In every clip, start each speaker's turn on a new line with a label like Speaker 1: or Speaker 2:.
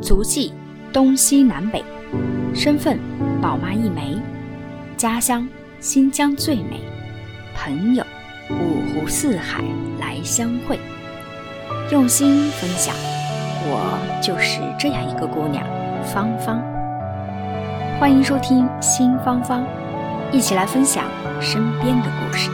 Speaker 1: 足迹东西南北，身份宝妈一枚，家乡新疆最美，朋友五湖四海来相会，用心分享。我就是这样一个姑娘，芳芳。欢迎收听新芳芳，一起来分享身边的故事。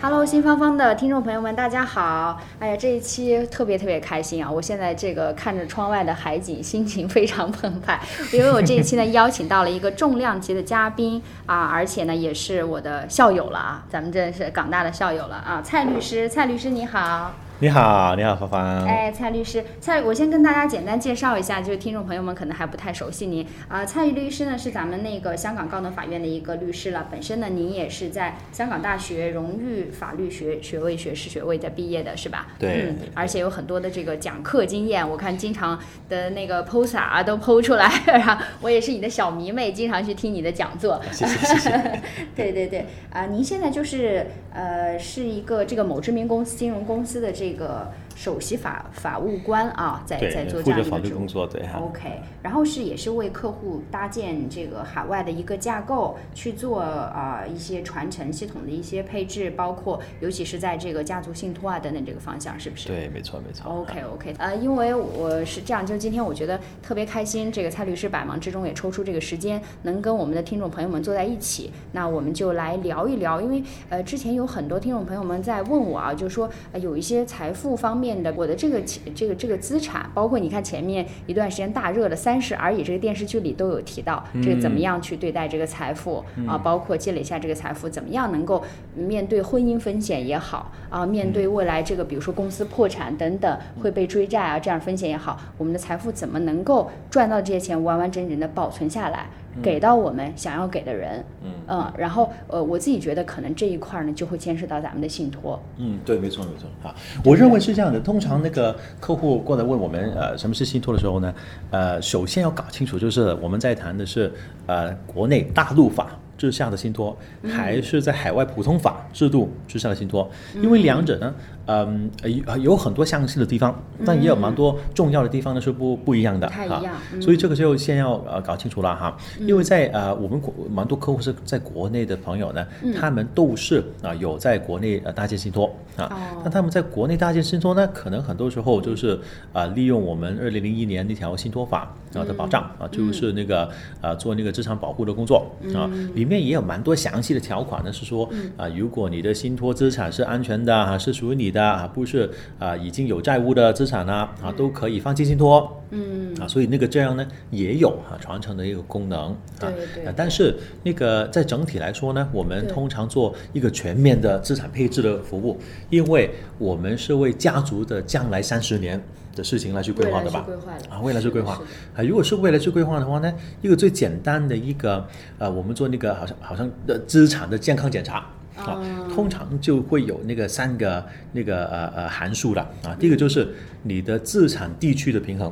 Speaker 2: Hello，新芳芳的听众朋友们，大家好！哎呀，这一期特别特别开心啊！我现在这个看着窗外的海景，心情非常澎湃， 因为我这一期呢邀请到了一个重量级的嘉宾啊，而且呢也是我的校友了啊，咱们这是港大的校友了啊，蔡律师，蔡律师你好。
Speaker 3: 你好，你好，芳芳。
Speaker 2: 哎，蔡律师，蔡，我先跟大家简单介绍一下，就是听众朋友们可能还不太熟悉您啊、蔡律师呢是咱们那个香港高等法院的一个律师了，本身呢您也是在香港大学荣誉法律学学位学士学位在毕业的，是吧？
Speaker 3: 对
Speaker 2: 嗯，而且有很多的这个讲课经验，我看经常的那个 post 啊都 po 出来， 然后我也是你的小迷妹，经常去听你的讲座。
Speaker 3: 谢谢谢谢。
Speaker 2: 对对对，啊、您现在就是呃，是一个这个某知名公司金融公司的这个首席法法务官啊，在在做这
Speaker 3: 对，负
Speaker 2: 样
Speaker 3: 责
Speaker 2: 一
Speaker 3: 法
Speaker 2: 个
Speaker 3: 律
Speaker 2: 职务
Speaker 3: 工。作，对哈。
Speaker 2: OK，然后是也是为客户搭建这个海外的一个架构，去做啊、呃一些传承系统的一些配置，包括尤其是在这个家族信托啊等等这个方向，是不是？
Speaker 3: 对，没错没错。
Speaker 2: OK OK，呃，因为我是这样，就今天我觉得特别开心，这个蔡律师百忙之中也抽出这个时间，能跟我们的听众朋友们坐在一起，那我们就来聊一聊，因为呃，之前有很多听众朋友们在问我啊，就说、呃、有一些财富方面的，我的这个钱这个这个资产，包括你看前面一段时间大热的《三十而已》这个电视剧里都有提到，这个怎么样去对待这个财富、
Speaker 3: 嗯
Speaker 2: 啊，包括积累一下这个财富，怎么样能够面对婚姻风险也好啊，面对未来这个比如说公司破产等等
Speaker 3: 嗯
Speaker 2: 会被追债啊这样风险也好，我们的财富怎么能够赚到这些钱完完整整的保存下来，
Speaker 3: 嗯
Speaker 2: 给到我们想要给的人，嗯然后呃我自己觉得可能这一块儿呢就会牵涉到咱们的信托，
Speaker 3: 嗯，对，没错没错啊。我认为是这样的，通常那个客户过来问我们呃什么是信托的时候呢，呃，首先要搞清楚就是我们在谈的是呃国内大陆法。之下的信托，还是在海外普通法制度之下的信托，因为两者呢，嗯、呃有有很多相似的地方，但也有蛮多重要的地方呢是不不一样的
Speaker 2: 嗯不太一
Speaker 3: 哈
Speaker 2: 样嗯
Speaker 3: 所以这个就先要呃搞清楚了哈，因为在呃我们国蛮多客户是在国内的朋友呢，
Speaker 2: 嗯
Speaker 3: 他们都是啊、有在国内呃搭建信托啊，
Speaker 2: 哦
Speaker 3: 那他们在国内搭建信托呢，可能很多时候就是啊、利用我们二零零一年那条信托法啊的保障啊，
Speaker 2: 嗯
Speaker 3: 就是那个啊做那个资产保护的工作啊，里面也有蛮多详细的条款呢，是说
Speaker 2: 嗯
Speaker 3: 啊，如果你的信托资产是安全的啊，是属于你的啊，不是啊已经有债务的资产啊啊，都可以放弃信托。嗯啊，所以那个这样呢也有啊传承的一个功能
Speaker 2: 对
Speaker 3: 啊
Speaker 2: 对
Speaker 3: 啊但是那个在整体来说呢，我们
Speaker 2: 对
Speaker 3: 通常做一个全面的资产配置的服务，因为我们是为家族的将来三十年的事情来去规划的吧？
Speaker 2: 未来去规划的
Speaker 3: 啊，未来去规划
Speaker 2: 是的是
Speaker 3: 啊，如果是未来去规划的话呢，一个最简单的一个呃，我们做那个好像好像的资产的健康检查。啊，
Speaker 2: 哦
Speaker 3: 通常就会有那个三个那个呃呃函数的啊，第一个就是你的资产地区的平衡，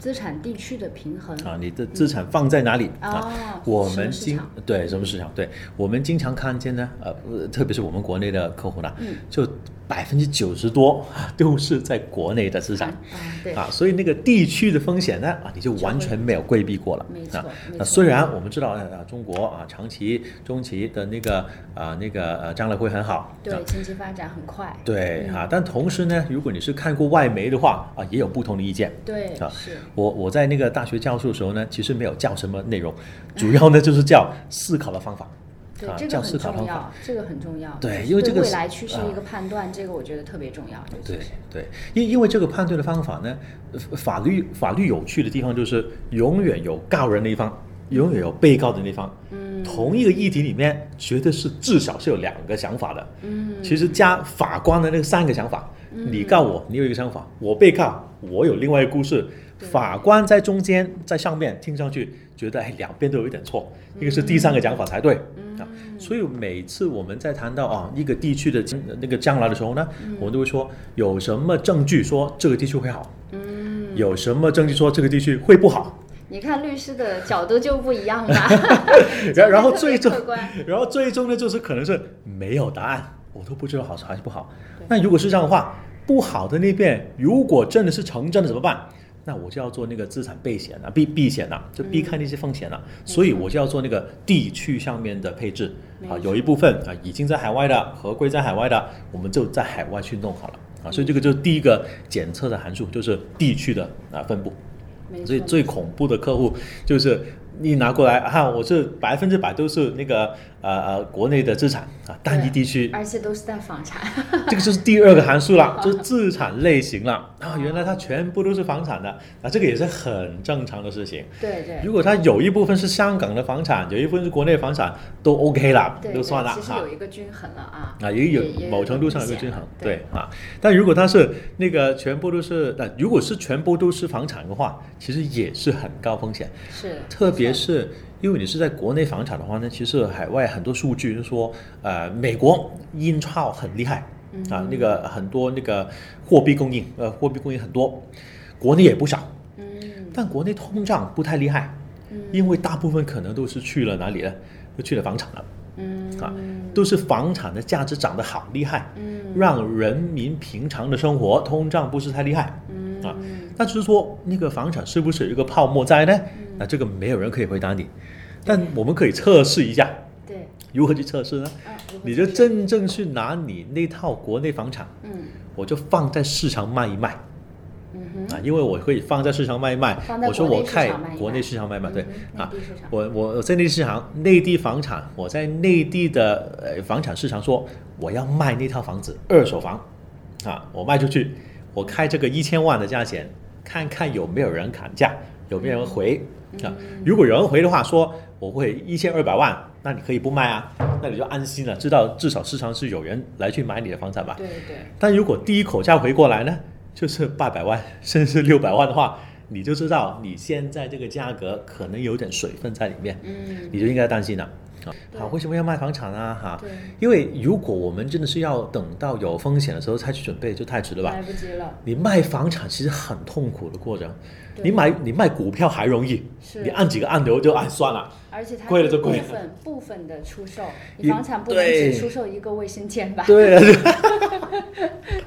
Speaker 2: 资产地区的平衡
Speaker 3: 啊，你的资产放在哪里、
Speaker 2: 哦
Speaker 3: 啊？我
Speaker 2: 什么
Speaker 3: 们
Speaker 2: 市
Speaker 3: 经
Speaker 2: 场
Speaker 3: 对什么市场？对我们经常看见呢，呃，呃特别是我们国内的客户呢，
Speaker 2: 嗯
Speaker 3: 就百分之九十多啊都是在国内的市场。
Speaker 2: 啊对
Speaker 3: 啊，所以那个地区的风险呢，啊，你就完全没有规避过了。
Speaker 2: 没错
Speaker 3: 啊
Speaker 2: 没错
Speaker 3: 那虽然我们知道啊，中国啊，长期、中期的那个啊，那个呃，将来会很好。啊
Speaker 2: 对嗯经济发展很快，
Speaker 3: 对啊，但同时呢，如果你是看过外媒的话啊，也有不同的意见。
Speaker 2: 对
Speaker 3: 啊
Speaker 2: 是。
Speaker 3: 我我在那个大学教授的时候呢，其实没有教什么内容，主要呢就是教思考的方法，
Speaker 2: 对
Speaker 3: 啊，，
Speaker 2: 这个
Speaker 3: 教
Speaker 2: 很
Speaker 3: 思考
Speaker 2: 重
Speaker 3: 方法。
Speaker 2: 要，这个很重要。
Speaker 3: 对因为这个
Speaker 2: 未
Speaker 3: 是
Speaker 2: 来趋势
Speaker 3: 啊
Speaker 2: 一个判断，这个我觉得特别重要。尤其
Speaker 3: 对
Speaker 2: 是
Speaker 3: 对，因因为这个判断的方法呢，呃法律法律有趣的地方就是永远有告人的一方，永远有被告的那一方。嗯，同一个议题里面，绝对是至少是有两个想法的。嗯，其实加法官的那个三个想法，
Speaker 2: 嗯
Speaker 3: 你告我，你有一个想法；我被告，我有另外一个故事。法官在中间，在上面，听上去觉得哎，两边都有一点错，一个是第三个讲法才对、
Speaker 2: 嗯
Speaker 3: 啊。所以每次我们在谈到啊一个地区的那个将来的时候呢，
Speaker 2: 嗯
Speaker 3: 我们都会说有什么证据说这个地区会好，有什么证据说这个地区会不好。
Speaker 2: 嗯你看律师的角度就不一样吧
Speaker 3: 。然然后
Speaker 2: 这个特别
Speaker 3: 最终
Speaker 2: 客观，
Speaker 3: 然后最终呢，就是可能是没有答案我都不知道好是还是不好
Speaker 2: 对。
Speaker 3: 那如果是这样的话，不好的那边如果真的是成真的怎么办？那我就要做那个资产备险啊，避避险啊，就避开那些风险
Speaker 2: 嗯
Speaker 3: 啊。所以我就要做那个地区上面的配置
Speaker 2: 没
Speaker 3: 啊，
Speaker 2: 错
Speaker 3: 有一部分啊已经在海外的，合规在海外的，我们就在海外去弄好了啊。所以这个就是第一个检测的函数，就是地区的啊分布。
Speaker 2: 没
Speaker 3: 所以
Speaker 2: 错
Speaker 3: 最恐怖的客户就是你拿过来啊，我是百分之百都是那个呃呃国内的资产啊，单一 地区，
Speaker 2: 而且都是在房产，
Speaker 3: 这个就是第二个函数了，就是资产类型了啊，原来它全部都是房产的，啊，这个也是很正常的事情。
Speaker 2: 对对。
Speaker 3: 如果它有一部分是香港的房产，有一部分是国内房产，都 OK 啦，
Speaker 2: 对
Speaker 3: 都
Speaker 2: 对
Speaker 3: 算了
Speaker 2: 其实
Speaker 3: 哈。
Speaker 2: 有一个均衡了啊。
Speaker 3: 啊，也有
Speaker 2: 也也有
Speaker 3: 某程度上有一个
Speaker 2: 风险
Speaker 3: 均衡，
Speaker 2: 对
Speaker 3: 对啊。但如果它是那个全部都是，呃，如果是全部都是房产的话，其实也是很高风险。
Speaker 2: 是，
Speaker 3: 特别
Speaker 2: 没
Speaker 3: 是因为你是在国内房产的话呢，其实海外很多数据就说，呃，美国印钞很厉害
Speaker 2: 嗯
Speaker 3: 啊，那个很多那个货币供应，呃，货币供应很多，国内也不少，
Speaker 2: 错嗯
Speaker 3: 但国内通胀不太厉害，因为大部分可能都是去了哪里呢？都去了房产了
Speaker 2: 嗯
Speaker 3: 啊，都是房产的价值涨得好厉害，
Speaker 2: 嗯
Speaker 3: 让人民平常的生活通胀不是太厉害。
Speaker 2: 嗯
Speaker 3: 啊，那只是说那个房产是不是有一个泡沫在呢？
Speaker 2: 嗯
Speaker 3: 那这个没有人可以回答你，但我们可以测试一下，
Speaker 2: 对，
Speaker 3: 如何去测试呢？
Speaker 2: 啊如何
Speaker 3: 你就
Speaker 2: 解决
Speaker 3: 真正去拿你那套国内房产，
Speaker 2: 嗯
Speaker 3: 我就放在市场卖一卖
Speaker 2: 嗯哼，
Speaker 3: 啊，因为我可以放在市场卖一卖
Speaker 2: 放在。
Speaker 3: 我说
Speaker 2: 国内
Speaker 3: 我
Speaker 2: 市
Speaker 3: 看
Speaker 2: 场卖一
Speaker 3: 国内
Speaker 2: 卖
Speaker 3: 市场卖一卖，对
Speaker 2: 嗯哼
Speaker 3: 啊
Speaker 2: 内地市场，
Speaker 3: 我我我在内地市场内地房产，我在内地的呃房产市场说我要卖那套房子，二手房啊，我卖出去，我开这个一千万的价钱，看看有没有人砍价，有没有人回
Speaker 2: 嗯
Speaker 3: 啊？如果有人回的话，说我会一千二百万，那你可以不卖啊，那你就安心了，知道至少市场是有人来去买你的房产吧。
Speaker 2: 对对，
Speaker 3: 但如果第一口价回过来呢，就是八百万甚至六百万的话，你就知道你现在这个价格可能有点水分在里面，
Speaker 2: 嗯
Speaker 3: 你就应该担心了。啊
Speaker 2: 对
Speaker 3: 好，为什么要卖房产啊？哈、
Speaker 2: 对，
Speaker 3: 因为如果我们真的是要等到有风险的时候才去准备，就太迟了吧
Speaker 2: 来？不及了，
Speaker 3: 你卖房产其实很痛苦的过程，
Speaker 2: 对
Speaker 3: 你买你卖股票还容易，
Speaker 2: 是
Speaker 3: 你按几个按钮就按算了。
Speaker 2: 而且它
Speaker 3: 贵了
Speaker 2: 是
Speaker 3: 就贵了
Speaker 2: 部分部分的出售，你
Speaker 3: 也
Speaker 2: 房产不能
Speaker 3: 对
Speaker 2: 只出售一个卫生间 吧？
Speaker 3: 对啊，对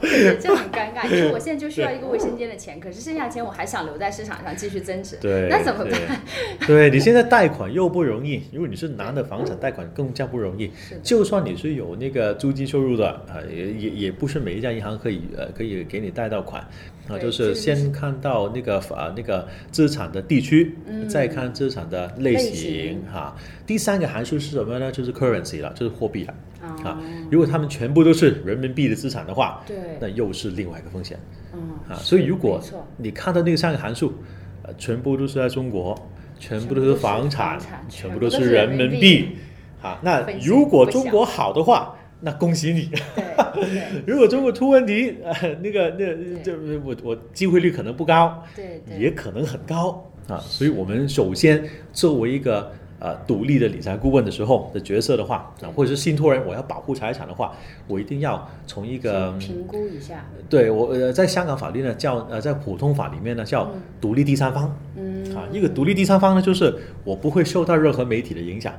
Speaker 2: 对，这样很尴尬。因为我现在就需要一个卫生间的钱，可是剩下的钱我还想留在市场上继续增值，
Speaker 3: 对
Speaker 2: 那怎么办？
Speaker 3: 对 你现在贷款又不容易，如果你是拿的房产贷款更加不容易
Speaker 2: 是的。
Speaker 3: 就算你是有那个租金收入的，呃，也也也不是每一家银行可以呃可以给你贷到款，啊，
Speaker 2: 对
Speaker 3: 就
Speaker 2: 这
Speaker 3: 是
Speaker 2: 个
Speaker 3: 先看到那个呃那个资产的地区，再看资产的
Speaker 2: 嗯
Speaker 3: 类
Speaker 2: 类
Speaker 3: 型
Speaker 2: 型
Speaker 3: 哈、第三个函数是什么呢？就是 currency 了，就是货币了啊
Speaker 2: 哦。
Speaker 3: 如果他们全部都是人民币的资产的话，
Speaker 2: 对
Speaker 3: 那又是另外一个风险。
Speaker 2: 嗯
Speaker 3: 啊，所以如
Speaker 2: 没
Speaker 3: 果
Speaker 2: 错
Speaker 3: 你看到那个三个函数，呃，全部都是在中国，全部都是房产，全
Speaker 2: 全
Speaker 3: 部
Speaker 2: 部
Speaker 3: 都
Speaker 2: 都
Speaker 3: 是
Speaker 2: 是
Speaker 3: 人
Speaker 2: 人
Speaker 3: 民
Speaker 2: 民币
Speaker 3: 币，啊，那
Speaker 2: 分析
Speaker 3: 如果
Speaker 2: 不
Speaker 3: 中
Speaker 2: 详
Speaker 3: 国好的话，那恭喜你；
Speaker 2: 对对
Speaker 3: 如果中国出问题，呃，那个那
Speaker 2: 对
Speaker 3: 这我我机会率可能不高，
Speaker 2: 对对，
Speaker 3: 也可能很高啊。所以我们首先作为一个呃独立的理财顾问的时候的角色的话，啊，或者是信托人，我要保护财产的话，我一定要从一个
Speaker 2: 先评估一下，
Speaker 3: 对我呃，在香港法律呢叫呃，在普通法里面呢叫独立第三方、
Speaker 2: 嗯，
Speaker 3: 啊。一个独立第三方呢，就是我不会受到任何媒体的影响，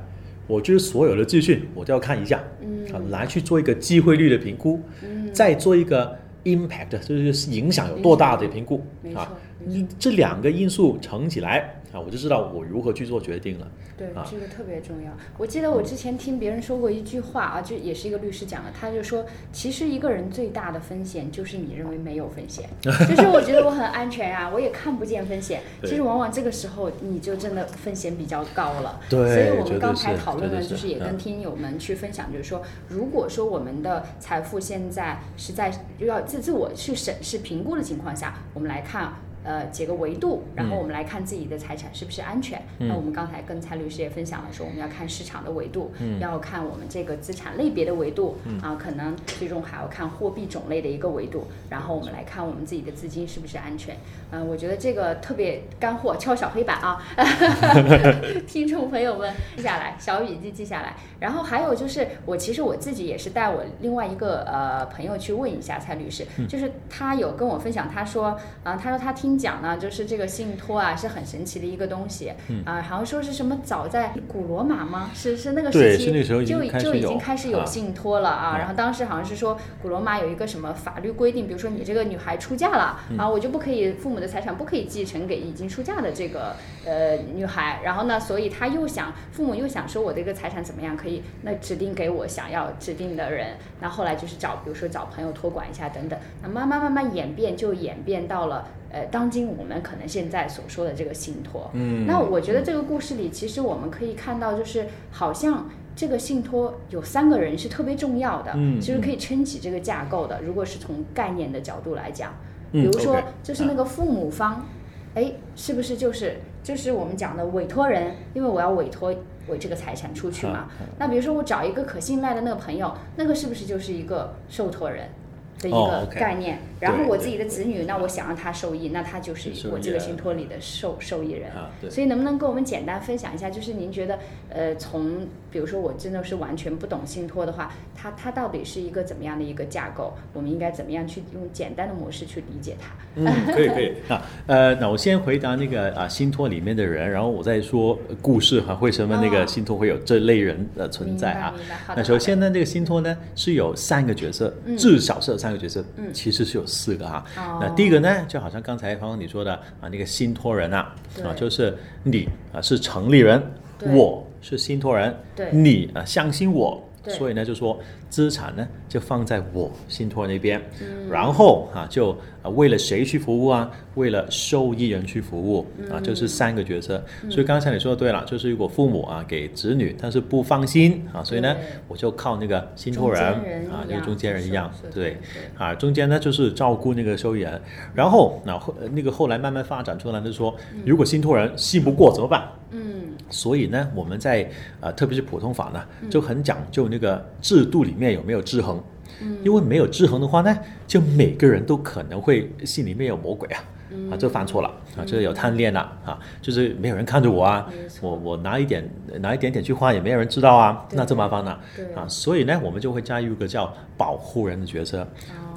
Speaker 3: 我就是所有的资讯我都要看一下，
Speaker 2: 嗯
Speaker 3: 啊，来去做一个机会率的评估，
Speaker 2: 嗯
Speaker 3: 再做一个 impact，就是影响有多大的评估
Speaker 2: 嗯没错
Speaker 3: 啊。你这两个因素乘起来啊，我就知道我如何去做决定了。
Speaker 2: 对
Speaker 3: 啊，
Speaker 2: 这个特别重要。我记得我之前听别人说过一句话啊，就也是一个律师讲的，他就说，其实一个人最大的风险就是你认为没有风 险，就是我觉得我很安全啊，我也看不见风险。
Speaker 3: 对
Speaker 2: 其实往往这个时候你就真的风险比较高了。
Speaker 3: 对
Speaker 2: 所以我
Speaker 3: 绝对
Speaker 2: 们刚才
Speaker 3: 是
Speaker 2: 讨论
Speaker 3: 绝
Speaker 2: 呢，
Speaker 3: 对
Speaker 2: 就是是也跟
Speaker 3: 嗯
Speaker 2: 听友们去分享，就是说，如果说我们的财富现在是在就要自自我去审视评估的情况下，我们来看。呃，几个维度，然后
Speaker 3: 嗯
Speaker 2: 我们来看自己的财产是不是安全。那我们刚才跟蔡律师也分享了说，我们要看市场的维度，要看我们这个资产类别的维度，啊，可能最终还要看货币种类的一个维度，然后我们来看我们自己的资金是不是安全。嗯、 我觉得这个特别干货，敲小黑板啊，听众朋友们记下来，小笔记记下来。然后还有就是，我其实我自己也是带我另外一个呃朋友去问一下蔡律师，
Speaker 3: 嗯
Speaker 2: 就是他有跟我分享，他说啊、他说他听讲呢，就是这个信托啊是很神奇的一个东西，啊、
Speaker 3: 嗯
Speaker 2: 好像说是什么早在古罗马吗？是是那个
Speaker 3: 对
Speaker 2: 时期
Speaker 3: 是那时候已经
Speaker 2: 就
Speaker 3: 开始
Speaker 2: 就已
Speaker 3: 有
Speaker 2: 经开始有
Speaker 3: 啊
Speaker 2: 信托了啊。
Speaker 3: 嗯
Speaker 2: 然后当时好像是说古罗马有一个什么法律规定，比如说你这个女孩出嫁了、啊，我就不可以父母的财产不可以继承给已经出嫁的这个呃女孩。然后呢，所以他又想父母又想说我的一个财产怎么样可以那指定给我想要指定的人。那后来就是找比如说找朋友托管一下等等。那慢慢慢慢演变就演变到了呃当今我们可能现在所说的这个信托。
Speaker 3: 嗯，
Speaker 2: 那我觉得这个故事里，其实我们可以看到，就是好像这个信托有三个人是特别重要的，
Speaker 3: 嗯
Speaker 2: 就是可以撑起这个架构的。如果是从概念的角度来讲，
Speaker 3: 嗯
Speaker 2: 比如说
Speaker 3: OK，
Speaker 2: 就是那个父母方，哎、是不是就是就是我们讲的委托人？因为我要委托我这个财产出去
Speaker 3: 啊
Speaker 2: 嘛。那比如说我找一个可信赖的那个朋友，那个是不是就是一个受托人？的一
Speaker 3: 哦
Speaker 2: 个
Speaker 3: ，OK
Speaker 2: 概念，然后
Speaker 3: 对
Speaker 2: 我
Speaker 3: 对
Speaker 2: 自己的子女，那我想让他受益，那他就
Speaker 3: 受
Speaker 2: 是
Speaker 3: 益
Speaker 2: 我这个
Speaker 3: 人
Speaker 2: 信托里的受受益人。
Speaker 3: 啊，对，
Speaker 2: 所以能不能跟我们简单分享一下，就是您觉得，呃，从比如说我真的是完全不懂信托的话，它它到底是一个怎么样的一个架构？我们应该怎么样去用简单的模式去理解它？
Speaker 3: 嗯，可以可以。那呃，那我先回答那个啊信托里面的人，然后我再说呃故事哈、为什么那
Speaker 2: 哦
Speaker 3: 个信托会有这类人的存在啊
Speaker 2: 明白明白好？的嗯
Speaker 3: 那首先呢，这个信托呢是有三个角色，至少是有三个角色，其实是有四个哈、
Speaker 2: 哦
Speaker 3: 那第一个呢，就好像刚才方方你说的啊，那个信托人啊，
Speaker 2: 对
Speaker 3: 啊就是你啊是成立人，
Speaker 2: 对
Speaker 3: 我是信托人，
Speaker 2: 对
Speaker 3: 你啊相信我。
Speaker 2: 对
Speaker 3: 所以呢，就说资产呢就放在我信托那边，
Speaker 2: 嗯
Speaker 3: 然后啊就啊为了谁去服务啊？为了受益人去服务
Speaker 2: 嗯
Speaker 3: 啊，就是三个角色。所以刚才你说的对了，就是如果父母啊给子女，但是不放心啊，所以呢
Speaker 2: 对
Speaker 3: 我就靠那个信
Speaker 2: 中
Speaker 3: 托人
Speaker 2: 间人
Speaker 3: 啊，
Speaker 2: 一
Speaker 3: 就是
Speaker 2: 样
Speaker 3: 中间人一
Speaker 2: 是
Speaker 3: 样
Speaker 2: 是，
Speaker 3: 对
Speaker 2: 对。
Speaker 3: 啊，中间呢就是照顾那个受益人，然后那后呃那个后来慢慢发展出来就是说，如果信托人信不过怎么办？
Speaker 2: 嗯，
Speaker 3: 所以呢，我们在呃，特别是普通法呢，就很讲究那个制度里面有没有制衡。
Speaker 2: 嗯
Speaker 3: 因为没有制衡的话呢，就每个人都可能会心里面有魔鬼啊，
Speaker 2: 嗯
Speaker 3: 啊，这犯错了啊，这有贪恋了啊，就是没有人看着我啊，
Speaker 2: 嗯
Speaker 3: 我我拿一点拿一点点去花也没有人知道啊，
Speaker 2: 对
Speaker 3: 那这麻烦了
Speaker 2: 对
Speaker 3: 啊，所以呢，我们就会加入一个叫保护人的角色。
Speaker 2: 哦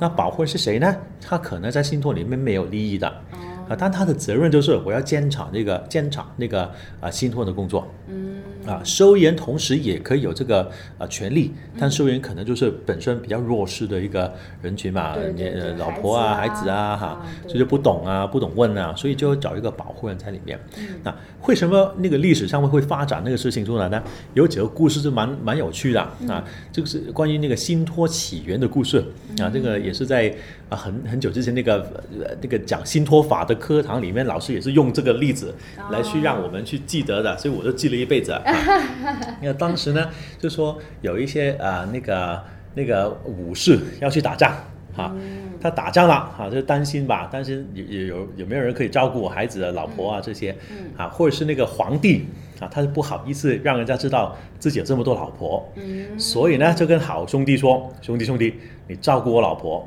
Speaker 3: 那保护人是谁呢？他可能在信托里面没有利益的，
Speaker 2: 哦
Speaker 3: 啊，但他的责任就是我要监察那个监察那个啊信托的工作。
Speaker 2: 嗯
Speaker 3: 啊，收益人同时也可以有这个呃权利，但收益人可能就是本身比较弱势的一个人群嘛，
Speaker 2: 对对
Speaker 3: 你
Speaker 2: 对
Speaker 3: 呃老
Speaker 2: 孩
Speaker 3: 婆
Speaker 2: 子
Speaker 3: 啊、
Speaker 2: 啊
Speaker 3: 孩子啊哈，
Speaker 2: 啊对
Speaker 3: 所以就不懂啊、不懂问啊，所以就找一个保护人在里面。那为什么那个历史上面会发展那个事情出来呢？有几个故事是蛮蛮有趣的啊，这个是关于那个信托起源的故事啊，这个也是在啊很很久之前那个呃那个讲信托法的课堂里面，老师也是用这个例子来去让我们去记得的，所以我就记了一辈子啊。那当时呢，就说有一些啊、呃那个那个武士要去打仗啊，他打仗了啊，就担心吧，担心有有有有没有人可以照顾我孩子、老婆啊这些，啊，或者是那个皇帝啊，他是不好意思让人家知道自己有这么多老婆，所以呢就跟好兄弟说，兄弟兄弟，你照顾我老婆，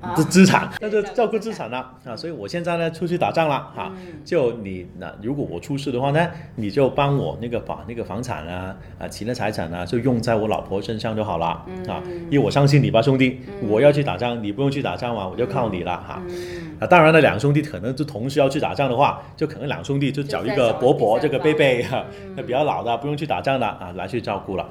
Speaker 2: 啊
Speaker 3: 资资产，那就
Speaker 2: 对
Speaker 3: 照顾资产了啊！所以我现在呢出去打仗了啊，就你那如果我出事的话呢，你就帮我那个把那个房产啊啊其他财产啊就用在我老婆身上就好了啊，因为我相信你吧，兄弟，我要去打仗，你不用去打仗嘛，我就靠你了哈。
Speaker 2: 嗯
Speaker 3: 啊，当然了，两兄弟可能就同时要去打仗的话，就可能两兄弟就找一
Speaker 2: 就再
Speaker 3: 个
Speaker 2: 找
Speaker 3: 伯伯，
Speaker 2: 第三
Speaker 3: 这个
Speaker 2: 方嗯
Speaker 3: 贝贝啊，那比较老的不用去打仗的啊，来去照顾了。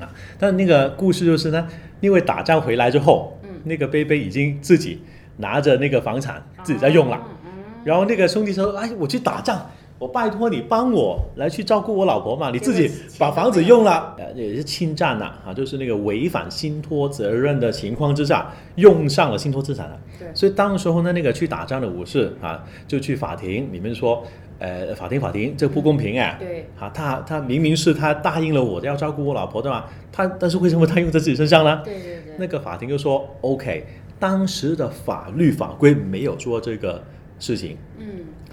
Speaker 3: 啊，但那个故事就是呢，因为打仗回来之后，
Speaker 2: 嗯
Speaker 3: 那个贝贝已经自己拿着那个房产
Speaker 2: 哦
Speaker 3: 自己在用了，
Speaker 2: 嗯
Speaker 3: 然后那个兄弟说：“哎，我去打仗，我拜托你帮我来去照顾我老婆嘛，你
Speaker 2: 结果
Speaker 3: 自己
Speaker 2: 钱
Speaker 3: 把
Speaker 2: 都
Speaker 3: 房子
Speaker 2: 没有
Speaker 3: 用了，呃也是侵占了啊，就是那个违反信托责任的情况之下，用上了信托资产啊了。
Speaker 2: 对
Speaker 3: 所以当时候呢，那个去打仗的武士啊，就去法庭里面说，呃，法庭法庭，这不公平哎、
Speaker 2: 对，
Speaker 3: 啊，他他明明是他答应了我要照顾我老婆的嘛，他但是为什么他用在自己身上呢？
Speaker 2: 对对
Speaker 3: 那
Speaker 2: 对，
Speaker 3: 个法庭就说 OK，当时的法律法规没有说这个事情，
Speaker 2: 嗯，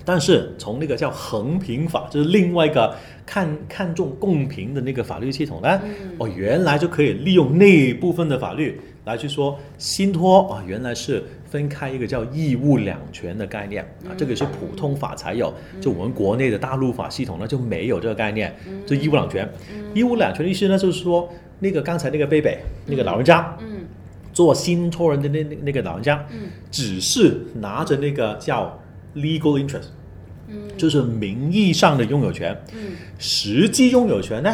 Speaker 3: 但是从那个叫衡平法，就是另外一个看看重公平的那个法律系统呢，哦，原来就可以利用那一部分的法律来去说信托啊，原来是分开一个叫义务两全的概念啊，这个是普通法才有，就我们国内的大陆法系统呢就没有这个概念，就义务两全。义务两全的意思呢，就是说那个刚才那个贝贝那个老人家，
Speaker 2: 嗯
Speaker 3: 做信托人的那那那个老人家，
Speaker 2: 嗯
Speaker 3: 只是拿着那个叫 legal interest，
Speaker 2: 嗯
Speaker 3: 就是名义上的拥有权，
Speaker 2: 嗯
Speaker 3: 实际拥有权呢，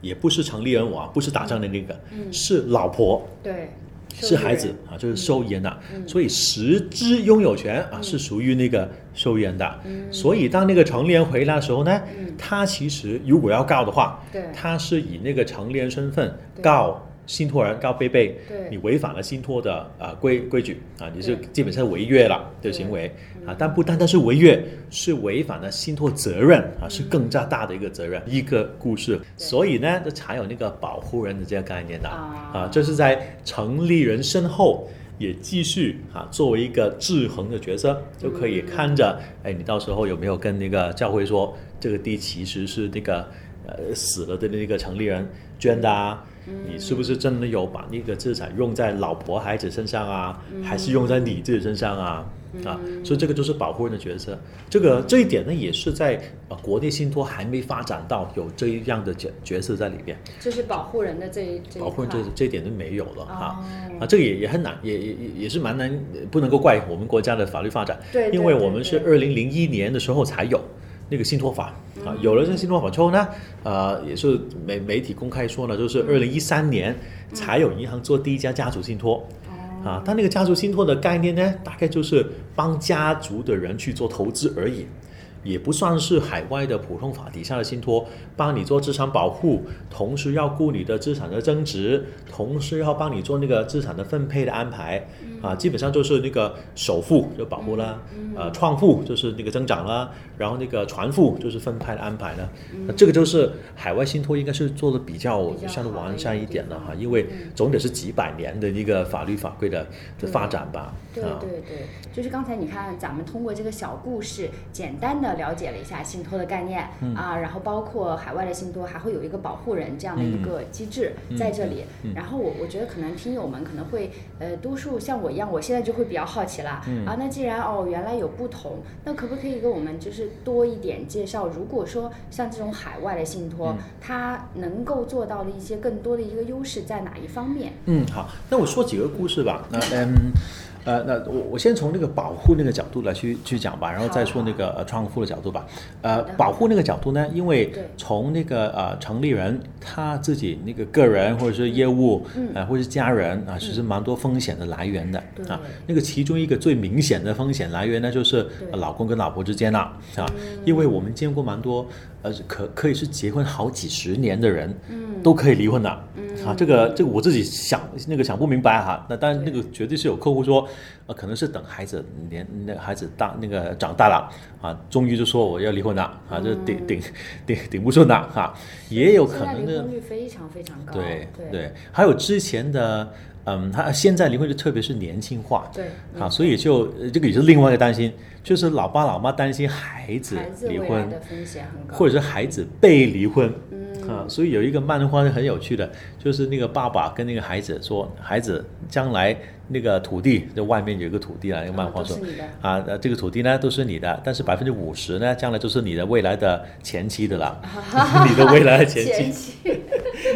Speaker 3: 也不是成立人我啊，不是打仗的那个，
Speaker 2: 嗯，
Speaker 3: 是老婆，
Speaker 2: 对，受益
Speaker 3: 是孩
Speaker 2: 人
Speaker 3: 子，啊，就是受益人的，
Speaker 2: 嗯
Speaker 3: 所以实质拥有权啊
Speaker 2: 嗯
Speaker 3: 是属于那个受益人的。
Speaker 2: 嗯
Speaker 3: 所以当那个成年人回来的时候呢，
Speaker 2: 嗯
Speaker 3: 他其实如果要告的话，
Speaker 2: 对
Speaker 3: 他是以那个成年人身份
Speaker 2: 对
Speaker 3: 告信托人告贝贝，
Speaker 2: 对
Speaker 3: 你违反了信托的呃规规矩啊，你是
Speaker 2: 对
Speaker 3: 基本上违越了
Speaker 2: 对
Speaker 3: 的行为啊。但不单单是违越，是违反了信托责任
Speaker 2: 嗯
Speaker 3: 啊，是更加大的一个责任，一个故事。所以呢，这才有那个保护人的这个概念的
Speaker 2: 啊
Speaker 3: 啊，这是在成立人身后。也继续啊，作为一个制衡的角色，就可以看着，哎，你到时候有没有跟那个教会说，这个地其实是那个呃死了的那个成立人捐的啊？你是不是真的有把那个资产用在老婆孩子身上啊，还是用在你自己身上啊？啊，所以这个就是保护人的角色。这个这一点呢，也是在呃国内信托还没发展到有这样的角角色在里边，
Speaker 2: 这是保护人的这一这一
Speaker 3: 保护人
Speaker 2: 块
Speaker 3: 这这一点就没有了啊。
Speaker 2: 哦
Speaker 3: 啊，这个也也很难，也也也也是蛮难，不能够怪我们国家的法律发展，
Speaker 2: 对对
Speaker 3: 因为
Speaker 2: 对
Speaker 3: 我们是二
Speaker 2: 对
Speaker 3: 零零一年的时候才有那个信托法啊，有了这个信托法之后呢，呃，也是媒媒体公开说呢，就是二零一三年才有银行做第一家家族信托。
Speaker 2: 哦
Speaker 3: 啊，但那个家族信托的概念呢，大概就是帮家族的人去做投资而已，也不算是海外的普通法底下的信托，帮你做资产保护，同时要顾你的资产的增值，同时要帮你做那个资产的分配的安排，啊，
Speaker 2: 嗯
Speaker 3: 基本上就是那个首付就保护啦，呃，创富就是那个增长啦，然后那个传付就是分派的安排啦，那这个就是海外信托应该是做的比较
Speaker 2: 嗯比较
Speaker 3: 相对
Speaker 2: 好的
Speaker 3: 完
Speaker 2: 一
Speaker 3: 善
Speaker 2: 个
Speaker 3: 一
Speaker 2: 地
Speaker 3: 点的
Speaker 2: 方
Speaker 3: 哈，因为
Speaker 2: 嗯
Speaker 3: 总得是几百年的一个法律法规的的发展吧，
Speaker 2: 对
Speaker 3: 啊。
Speaker 2: 对对，就是刚才你看，咱们通过这个小故事，简单的了解了一下信托的概念、
Speaker 3: 嗯
Speaker 2: 啊，然后包括海外的信托还会有一个保护人这样的
Speaker 3: 嗯
Speaker 2: 一个机制在这里。然后我我觉得可能听友们可能会呃，多数像我一样，我现在就会比较好奇啦、
Speaker 3: 嗯
Speaker 2: 啊。那既然哦原来有不同，那可不可以给我们就是多一点介绍？如果说像这种海外的信托，
Speaker 3: 嗯
Speaker 2: 它能够做到的一些更多的一个优势在哪一方面？
Speaker 3: 嗯，好，那我说几个故事吧。那嗯，呃，那我我先从那个保护那个角度来去去讲吧，然后再说那
Speaker 2: 啊
Speaker 3: 个呃创富的角度吧。呃，保护那个角度呢，因为
Speaker 2: 对
Speaker 3: 从那个呃成立人他自己那个个人或者是业务，呃，或者是家人啊，其实蛮多风险的来源的
Speaker 2: 嗯对
Speaker 3: 啊。那个其中一个最明显的风险来源呢，就是
Speaker 2: 对嗯
Speaker 3: 呃老公跟老婆之间啦啊，因为我们见过蛮多呃可可以是结婚好几十年的人，
Speaker 2: 嗯
Speaker 3: 都可以离婚的。啊，这个这个我自己想那个想不明白哈、那当然，那
Speaker 2: 对
Speaker 3: 个绝对是有客户说，呃，可能是等孩子年那个孩子大那个长大了啊，终于就说我要离婚了啊，这顶顶顶顶不顺了哈、也有可
Speaker 2: 嗯现
Speaker 3: 能
Speaker 2: 在离
Speaker 3: 的
Speaker 2: 婚。率非常非常高，
Speaker 3: 对
Speaker 2: 对
Speaker 3: 对，还有之前的，嗯，他现在离婚就特别是年轻化，
Speaker 2: 对
Speaker 3: 啊，所以就呃这个也是另外一个担心，就是老爸老妈担心孩子
Speaker 2: 孩子
Speaker 3: 离
Speaker 2: 未
Speaker 3: 婚
Speaker 2: 来，的嗯风险很高，
Speaker 3: 或者是孩子被离婚，啊，所以有一个漫画是很有趣的，就是那个爸爸跟那个孩子说，孩子将来那个土地，就外面有一个土地啊，那个漫画
Speaker 2: 都
Speaker 3: 说
Speaker 2: 是，你的，
Speaker 3: 啊，呃这个土地呢都是你的，但是百分之五十呢，将来都是你的未来的前妻的 了，你的未来的前
Speaker 2: 前
Speaker 3: 妻，
Speaker 2: 期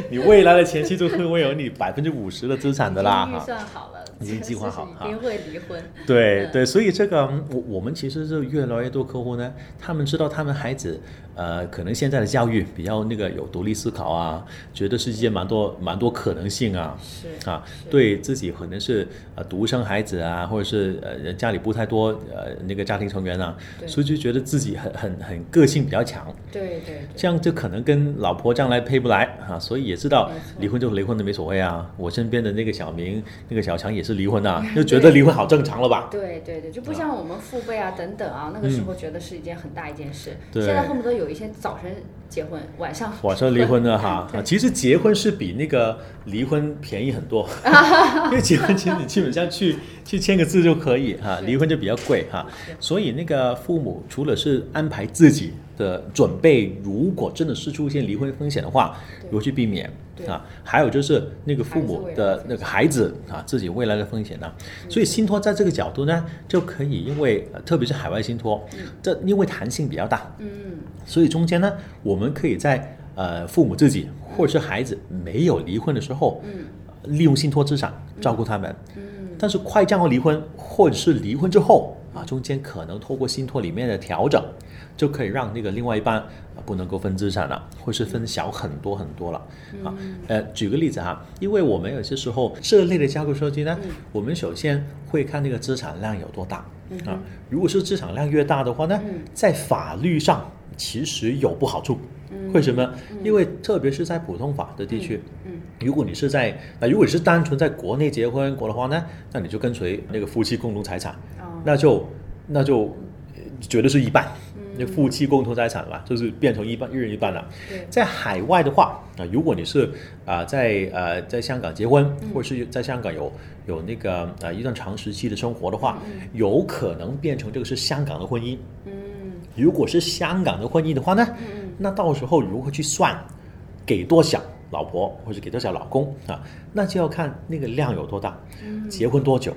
Speaker 3: 你未来的前妻就是会有你百分之五十的资产 的啦，
Speaker 4: 已经预
Speaker 3: 哈。
Speaker 4: 算好了，
Speaker 3: 已经计划好
Speaker 4: 就是一定会离婚。
Speaker 3: 对
Speaker 4: 嗯
Speaker 3: 对，所以这个嗯我我们其实是越来越多客户呢，他们知道他们孩子，呃，可能现在的教育比较那个有独立思考啊，觉得世界蛮多蛮多可能性啊，
Speaker 4: 是
Speaker 3: 啊，对自己可能是呃独生孩子啊，或者是呃家里不太多呃那个家庭成员啊，
Speaker 2: 对
Speaker 3: 所以就觉得自己很很很个性比较强，
Speaker 2: 对对对，
Speaker 3: 这样就可能跟老婆将来配不来啊，所以也知道
Speaker 2: 没错
Speaker 3: 离婚就离婚的没所谓啊。我身边的那个小明、那个小强也是离 婚啊，就觉得离婚好正常了吧？嗯
Speaker 2: 对对对，就不像我们父辈啊等等啊，那个时候觉得是一件很大一件事，
Speaker 3: 对
Speaker 2: 现在恨不得有一些早晨结婚，晚上
Speaker 3: 我说离婚 了哈，啊其实结婚是比那个离婚便宜很 多，因为结婚其实你基本上去去签个字就可以哈，离婚就比较贵哈，所以那个父母除了是安排自己的准备，如果真的是出现离婚风险的话，
Speaker 2: 对
Speaker 3: 如何去避免
Speaker 2: 对
Speaker 3: 啊？还有就是那个父
Speaker 2: 孩
Speaker 3: 母
Speaker 2: 子未来的嗯
Speaker 3: 的那个孩子啊，自己未来的风险呢、啊所以信托在这个角度呢，就可以因为呃特别是海外信托，这因为弹性比较大，
Speaker 2: 嗯，
Speaker 3: 所以中间呢，我们可以在呃父母自己或者是孩子没有离婚的时候，
Speaker 2: 嗯
Speaker 3: 利用信托资产照顾他们。但是快将要离婚或者是离婚之后啊，中间可能透过信托里面的调整，就可以让那个另外一半啊不能够分资产了，或是分小很多很多了啊。呃，举个例子哈，因为我们有些时候这类的架构设计呢，我们首先会看那个资产量有多大啊。如果是资产量越大的话呢
Speaker 2: 嗯，
Speaker 3: 在法律上其实有不好处。为什么？因为特别是在普通法的地区，
Speaker 2: 嗯
Speaker 3: 如果你是在那，如果你是单纯在国内结婚国的话呢，那你就跟随那个夫妻共同财产，
Speaker 2: 哦
Speaker 3: 那就那就呃绝对是一半，
Speaker 2: 嗯
Speaker 3: 那夫妻共同财产嘛，就是变成一半一人一半了。
Speaker 2: 对
Speaker 3: 在海外的话，啊、如果你是啊、在呃在香港结婚，
Speaker 2: 嗯
Speaker 3: 或者是在香港有有那个呃一段长时期的生活的话，有可能变成这个是香港的婚姻。
Speaker 2: 嗯
Speaker 3: 如果是香港的婚姻的话呢，那到时候如何去算，给多少老婆或者给多少老公啊？那就要看那个量有多大，结婚多久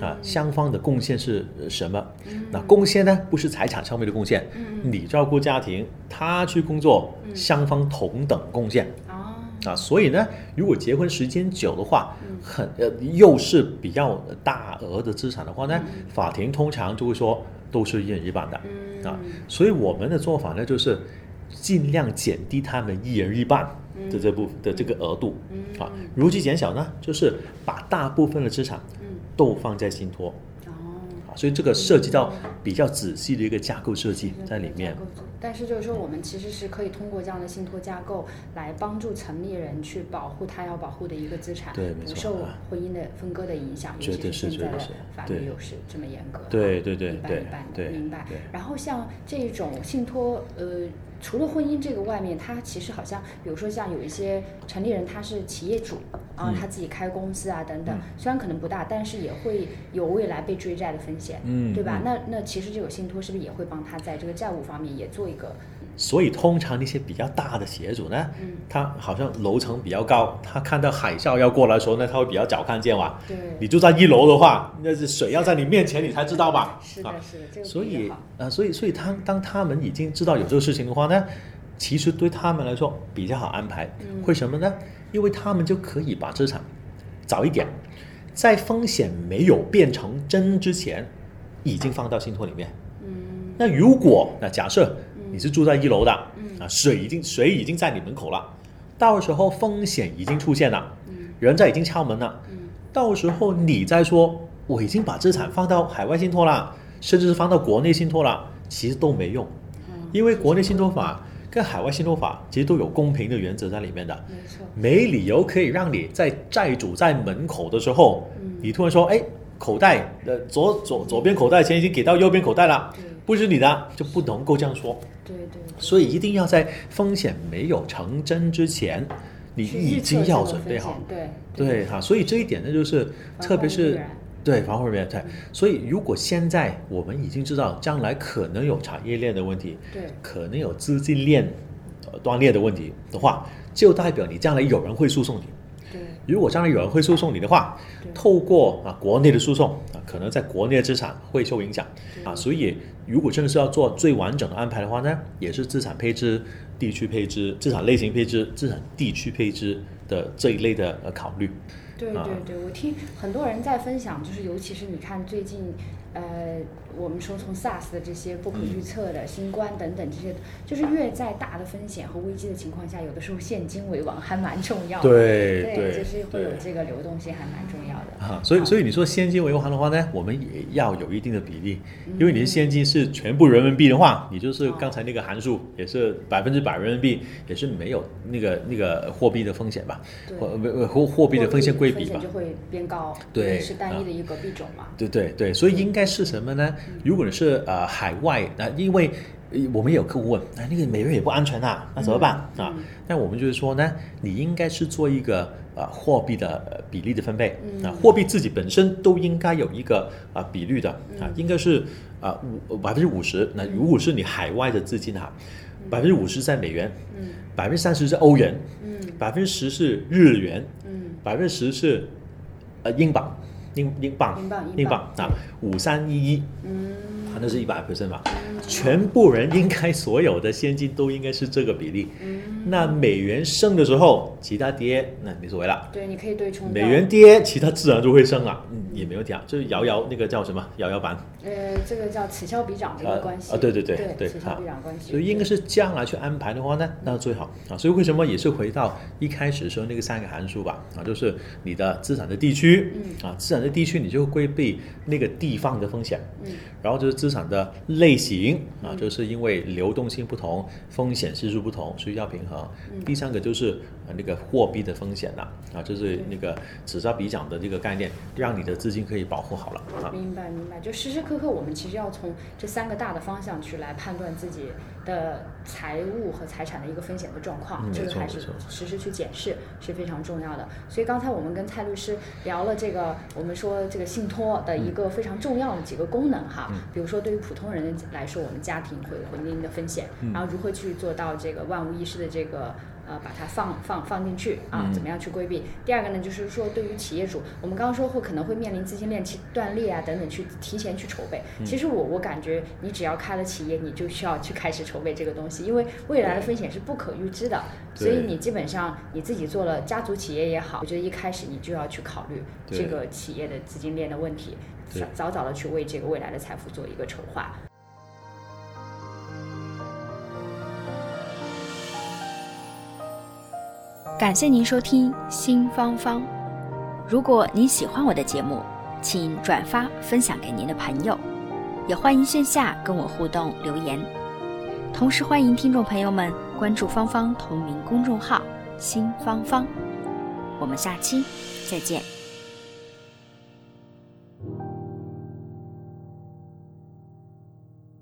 Speaker 3: 啊，双方的贡献是呃什么？那贡献呢，不是财产上面的贡献，你照顾家庭，他去工作，双方同等贡献。
Speaker 2: 哦
Speaker 3: 啊，所以呢，如果结婚时间久的话，很呃又是比较大额的资产的话呢，法庭通常就会说都是一人一半的、
Speaker 2: 嗯
Speaker 3: 啊，所以我们的做法呢就是尽量减低他们一人一半的
Speaker 2: 嗯
Speaker 3: 这部的这个额度、啊，如何去减小呢？就是把大部分的资产都放在信托
Speaker 2: 哦，嗯
Speaker 3: 啊，所以这个涉及到比较仔细的一个架构设计在里面。嗯
Speaker 2: 但是就是说，我们其实是可以通过这样的信托架构来帮助成立人去保护他要保护的一个资产，
Speaker 3: 对没
Speaker 2: 不
Speaker 3: 错
Speaker 2: 受
Speaker 3: 啊
Speaker 2: 婚姻的分割的影响，尤
Speaker 3: 绝
Speaker 2: 其
Speaker 3: 对
Speaker 2: 现
Speaker 3: 是绝
Speaker 2: 在
Speaker 3: 对
Speaker 2: 的
Speaker 3: 是
Speaker 2: 法
Speaker 3: 对
Speaker 2: 律又是这么严格，
Speaker 3: 对对对
Speaker 2: 一半
Speaker 3: 对
Speaker 2: 一半的
Speaker 3: 对
Speaker 2: 明白
Speaker 3: 对。
Speaker 2: 然后像这种信托，呃。除了婚姻这个外面，它其实好像，比如说像有一些成立人他是企业主，然后
Speaker 3: 嗯
Speaker 2: 他自己开公司啊等等，
Speaker 3: 嗯
Speaker 2: 虽然可能不大，但是也会有未来被追债的风险，
Speaker 3: 嗯
Speaker 2: 对吧？
Speaker 3: 嗯
Speaker 2: 那那其实这个信托是不是也会帮他在这个债务方面也做一个
Speaker 3: 所以通常那些比较大的企业主呢，
Speaker 2: 嗯
Speaker 3: 他好像楼层比较高，他看到海啸要过来的时候呢，他会比较早看见哇。你
Speaker 2: 对？
Speaker 3: 住在一楼的话，那是水要在你面前，你才知道吧？
Speaker 2: 是的，是的，这个
Speaker 3: 啊所
Speaker 2: 比
Speaker 3: 以
Speaker 2: 较好
Speaker 3: 呃，所以所以他当他们已经知道有这个事情的话呢，其实对他们来说比较好安排。
Speaker 2: 嗯
Speaker 3: 为什么呢？因为他们就可以把资产早一点，在风险没有变成真之前，已经放到信托里面。
Speaker 2: 嗯
Speaker 3: 那如果那假设你是住在一楼的，
Speaker 2: 嗯
Speaker 3: 啊，水已经水已经在你门口了，到时候风险已经出现了，
Speaker 2: 嗯
Speaker 3: 人家已经敲门了，
Speaker 2: 嗯
Speaker 3: 到时候你再说我已经把资产放到海外信托了，甚至是放到国内信托了，其实都没用，
Speaker 2: 嗯，
Speaker 3: 因为国内信托法跟海外信托法其实都有公平的原则在里面的，
Speaker 2: 没错，
Speaker 3: 没理由可以让你在债主在门口的时候，
Speaker 2: 嗯
Speaker 3: 你突然说，哎，口袋呃左左左边口袋钱已经给到右边口袋了
Speaker 2: 对，
Speaker 3: 不是你的，就不能够这样说。
Speaker 2: 对对对，
Speaker 3: 所以一定要在风险没有成真之前，你
Speaker 2: 去
Speaker 3: 已
Speaker 2: 预测
Speaker 3: 经
Speaker 2: 这
Speaker 3: 要
Speaker 2: 个
Speaker 3: 准
Speaker 2: 风
Speaker 3: 备
Speaker 2: 险
Speaker 3: 好。
Speaker 2: 对
Speaker 3: 对哈、所以这一点呢，就是
Speaker 2: 防
Speaker 3: 特别
Speaker 2: 患于未
Speaker 3: 是
Speaker 2: 然
Speaker 3: 对防患于未然。对，所以如果现在我们已经知道将来可能有产业链的问题，
Speaker 2: 对
Speaker 3: 可能有资金链呃断裂的问题的话，就代表你将来有人会诉讼你。
Speaker 2: 对
Speaker 3: 如果将来有人会诉讼你的话
Speaker 2: 对，
Speaker 3: 透过啊国内的诉讼啊，可能在国内的资产会受影响啊，所以如果真的是要做最完整的安排的话呢，也是资产配置、地区配置、资产类型配置、资产地区配置的这一类的呃考虑。
Speaker 2: 对
Speaker 3: 啊
Speaker 2: 对对，我听很多人在分享，就是尤其是你看最近，呃，我们说从 SARS 的这些不可
Speaker 3: 嗯
Speaker 2: 预测的、新冠等等这些，就是越在大的风险和危机的情况下，有的时候现金为王还蛮重要的。
Speaker 3: 对
Speaker 2: 对，
Speaker 3: 对
Speaker 2: 就是会有
Speaker 3: 对
Speaker 2: 这个流动性还蛮重要的。
Speaker 3: 啊，所以所以你说现金为王的话呢，我们也要有一定的比例，因为你的现金是全部人民币的话，你就是刚才那个函数也是百分之百人民币，也是没有那个那个货币的风险吧，
Speaker 2: 对
Speaker 3: 或呃货货币的风险规比吧
Speaker 2: 风险就。会变高，
Speaker 3: 对
Speaker 2: 因为是单一
Speaker 3: 啊
Speaker 2: 的一个币种嘛。
Speaker 3: 对对对，所以应该是什么呢？如果你是呃海外，那、因为呃我们也有客户问，啊、那个美元也不安全啊，那怎么办、啊？那我们就是说呢，你应该是做一个呃货币的呃比例的分配，啊，货币自己本身都应该有一个啊比率的啊，应该是啊五百分之五十，那如果是你海外的资金哈，百分之五十在美元，
Speaker 2: 嗯
Speaker 3: 百分之三十是欧元，百分之十是日元，
Speaker 2: 嗯
Speaker 3: 百分之十是呃英镑，英英镑
Speaker 2: 英镑
Speaker 3: 英
Speaker 2: 英
Speaker 3: 镑
Speaker 2: 镑
Speaker 3: 啊，五三一一，
Speaker 2: 嗯
Speaker 3: 那是一百 percent 嘛，全部人应该所有的现金都应该是这个比例。
Speaker 2: 嗯，
Speaker 3: 那美元升的时候，其他跌那没所谓了。
Speaker 2: 对，你可以嗯对冲到
Speaker 3: 美元跌，其他自然就会升了，嗯，也没问题啊，就是摇摇那个叫什么摇摇板，
Speaker 2: 呃，这个叫此消彼长的一
Speaker 3: 啊
Speaker 2: 个关系
Speaker 3: 啊对对对
Speaker 2: 对
Speaker 3: 对
Speaker 2: 此消
Speaker 3: 啊
Speaker 2: 彼长关系，
Speaker 3: 所以应该
Speaker 2: 对
Speaker 3: 是这样来去安排的话呢，那最好啊。所以为什么也是回到一开始说那个三个函数吧，啊，就是你的资产的地区，啊，资产的地区你就规避那个地方的风险，
Speaker 2: 嗯，
Speaker 3: 然后就是资产的类型啊，就是因为流动性不同，风险系数不同，所以要平衡。第三个就是啊那个货币的风险了啊，就是那个此消彼长的这个概念，让你的资金可以保护好了啊。
Speaker 2: 明白明白，就时时刻刻我们其实要从这三个大的方向去来判断自己的财务和财产的一个风险的状况，
Speaker 3: 嗯
Speaker 2: 这
Speaker 3: 没
Speaker 2: 个
Speaker 3: 错
Speaker 2: 还
Speaker 3: 没
Speaker 2: 是
Speaker 3: 错
Speaker 2: 实时去检视是非常重要的。所以刚才我们跟蔡律师聊了这个，我们说这个信托的一个非常重要的几个功能
Speaker 3: 嗯
Speaker 2: 哈，比如说对于普通人来说，我们家庭会有婚姻的风险，
Speaker 3: 嗯
Speaker 2: 然后如何去做到这个万无一失的这个。呃，把它放放放进去啊，
Speaker 3: 嗯
Speaker 2: 怎么样去规避？第二个呢，就是说对于企业主，我们刚刚说会可能会面临资金链期断裂啊等等，去提前去筹备。
Speaker 3: 嗯
Speaker 2: 其实我我感觉，你只要开了企业，你就需要去开始筹备这个东西，因为未来的风险是不可预知的，所以
Speaker 3: 对
Speaker 2: 你基本上你自己做了家族企业也好，我觉得一开始你就要去考虑
Speaker 3: 对
Speaker 2: 这个企业的资金链的问题，
Speaker 3: 对
Speaker 2: 早早早的去为这个未来的财富做一个筹划。
Speaker 1: 感谢您收听新芳芳。如果您喜欢我的节目，请转发分享给您的朋友，也欢迎线下跟我互动留言。同时欢迎听众朋友们关注芳芳同名公众号“新芳芳”，我们下期再见。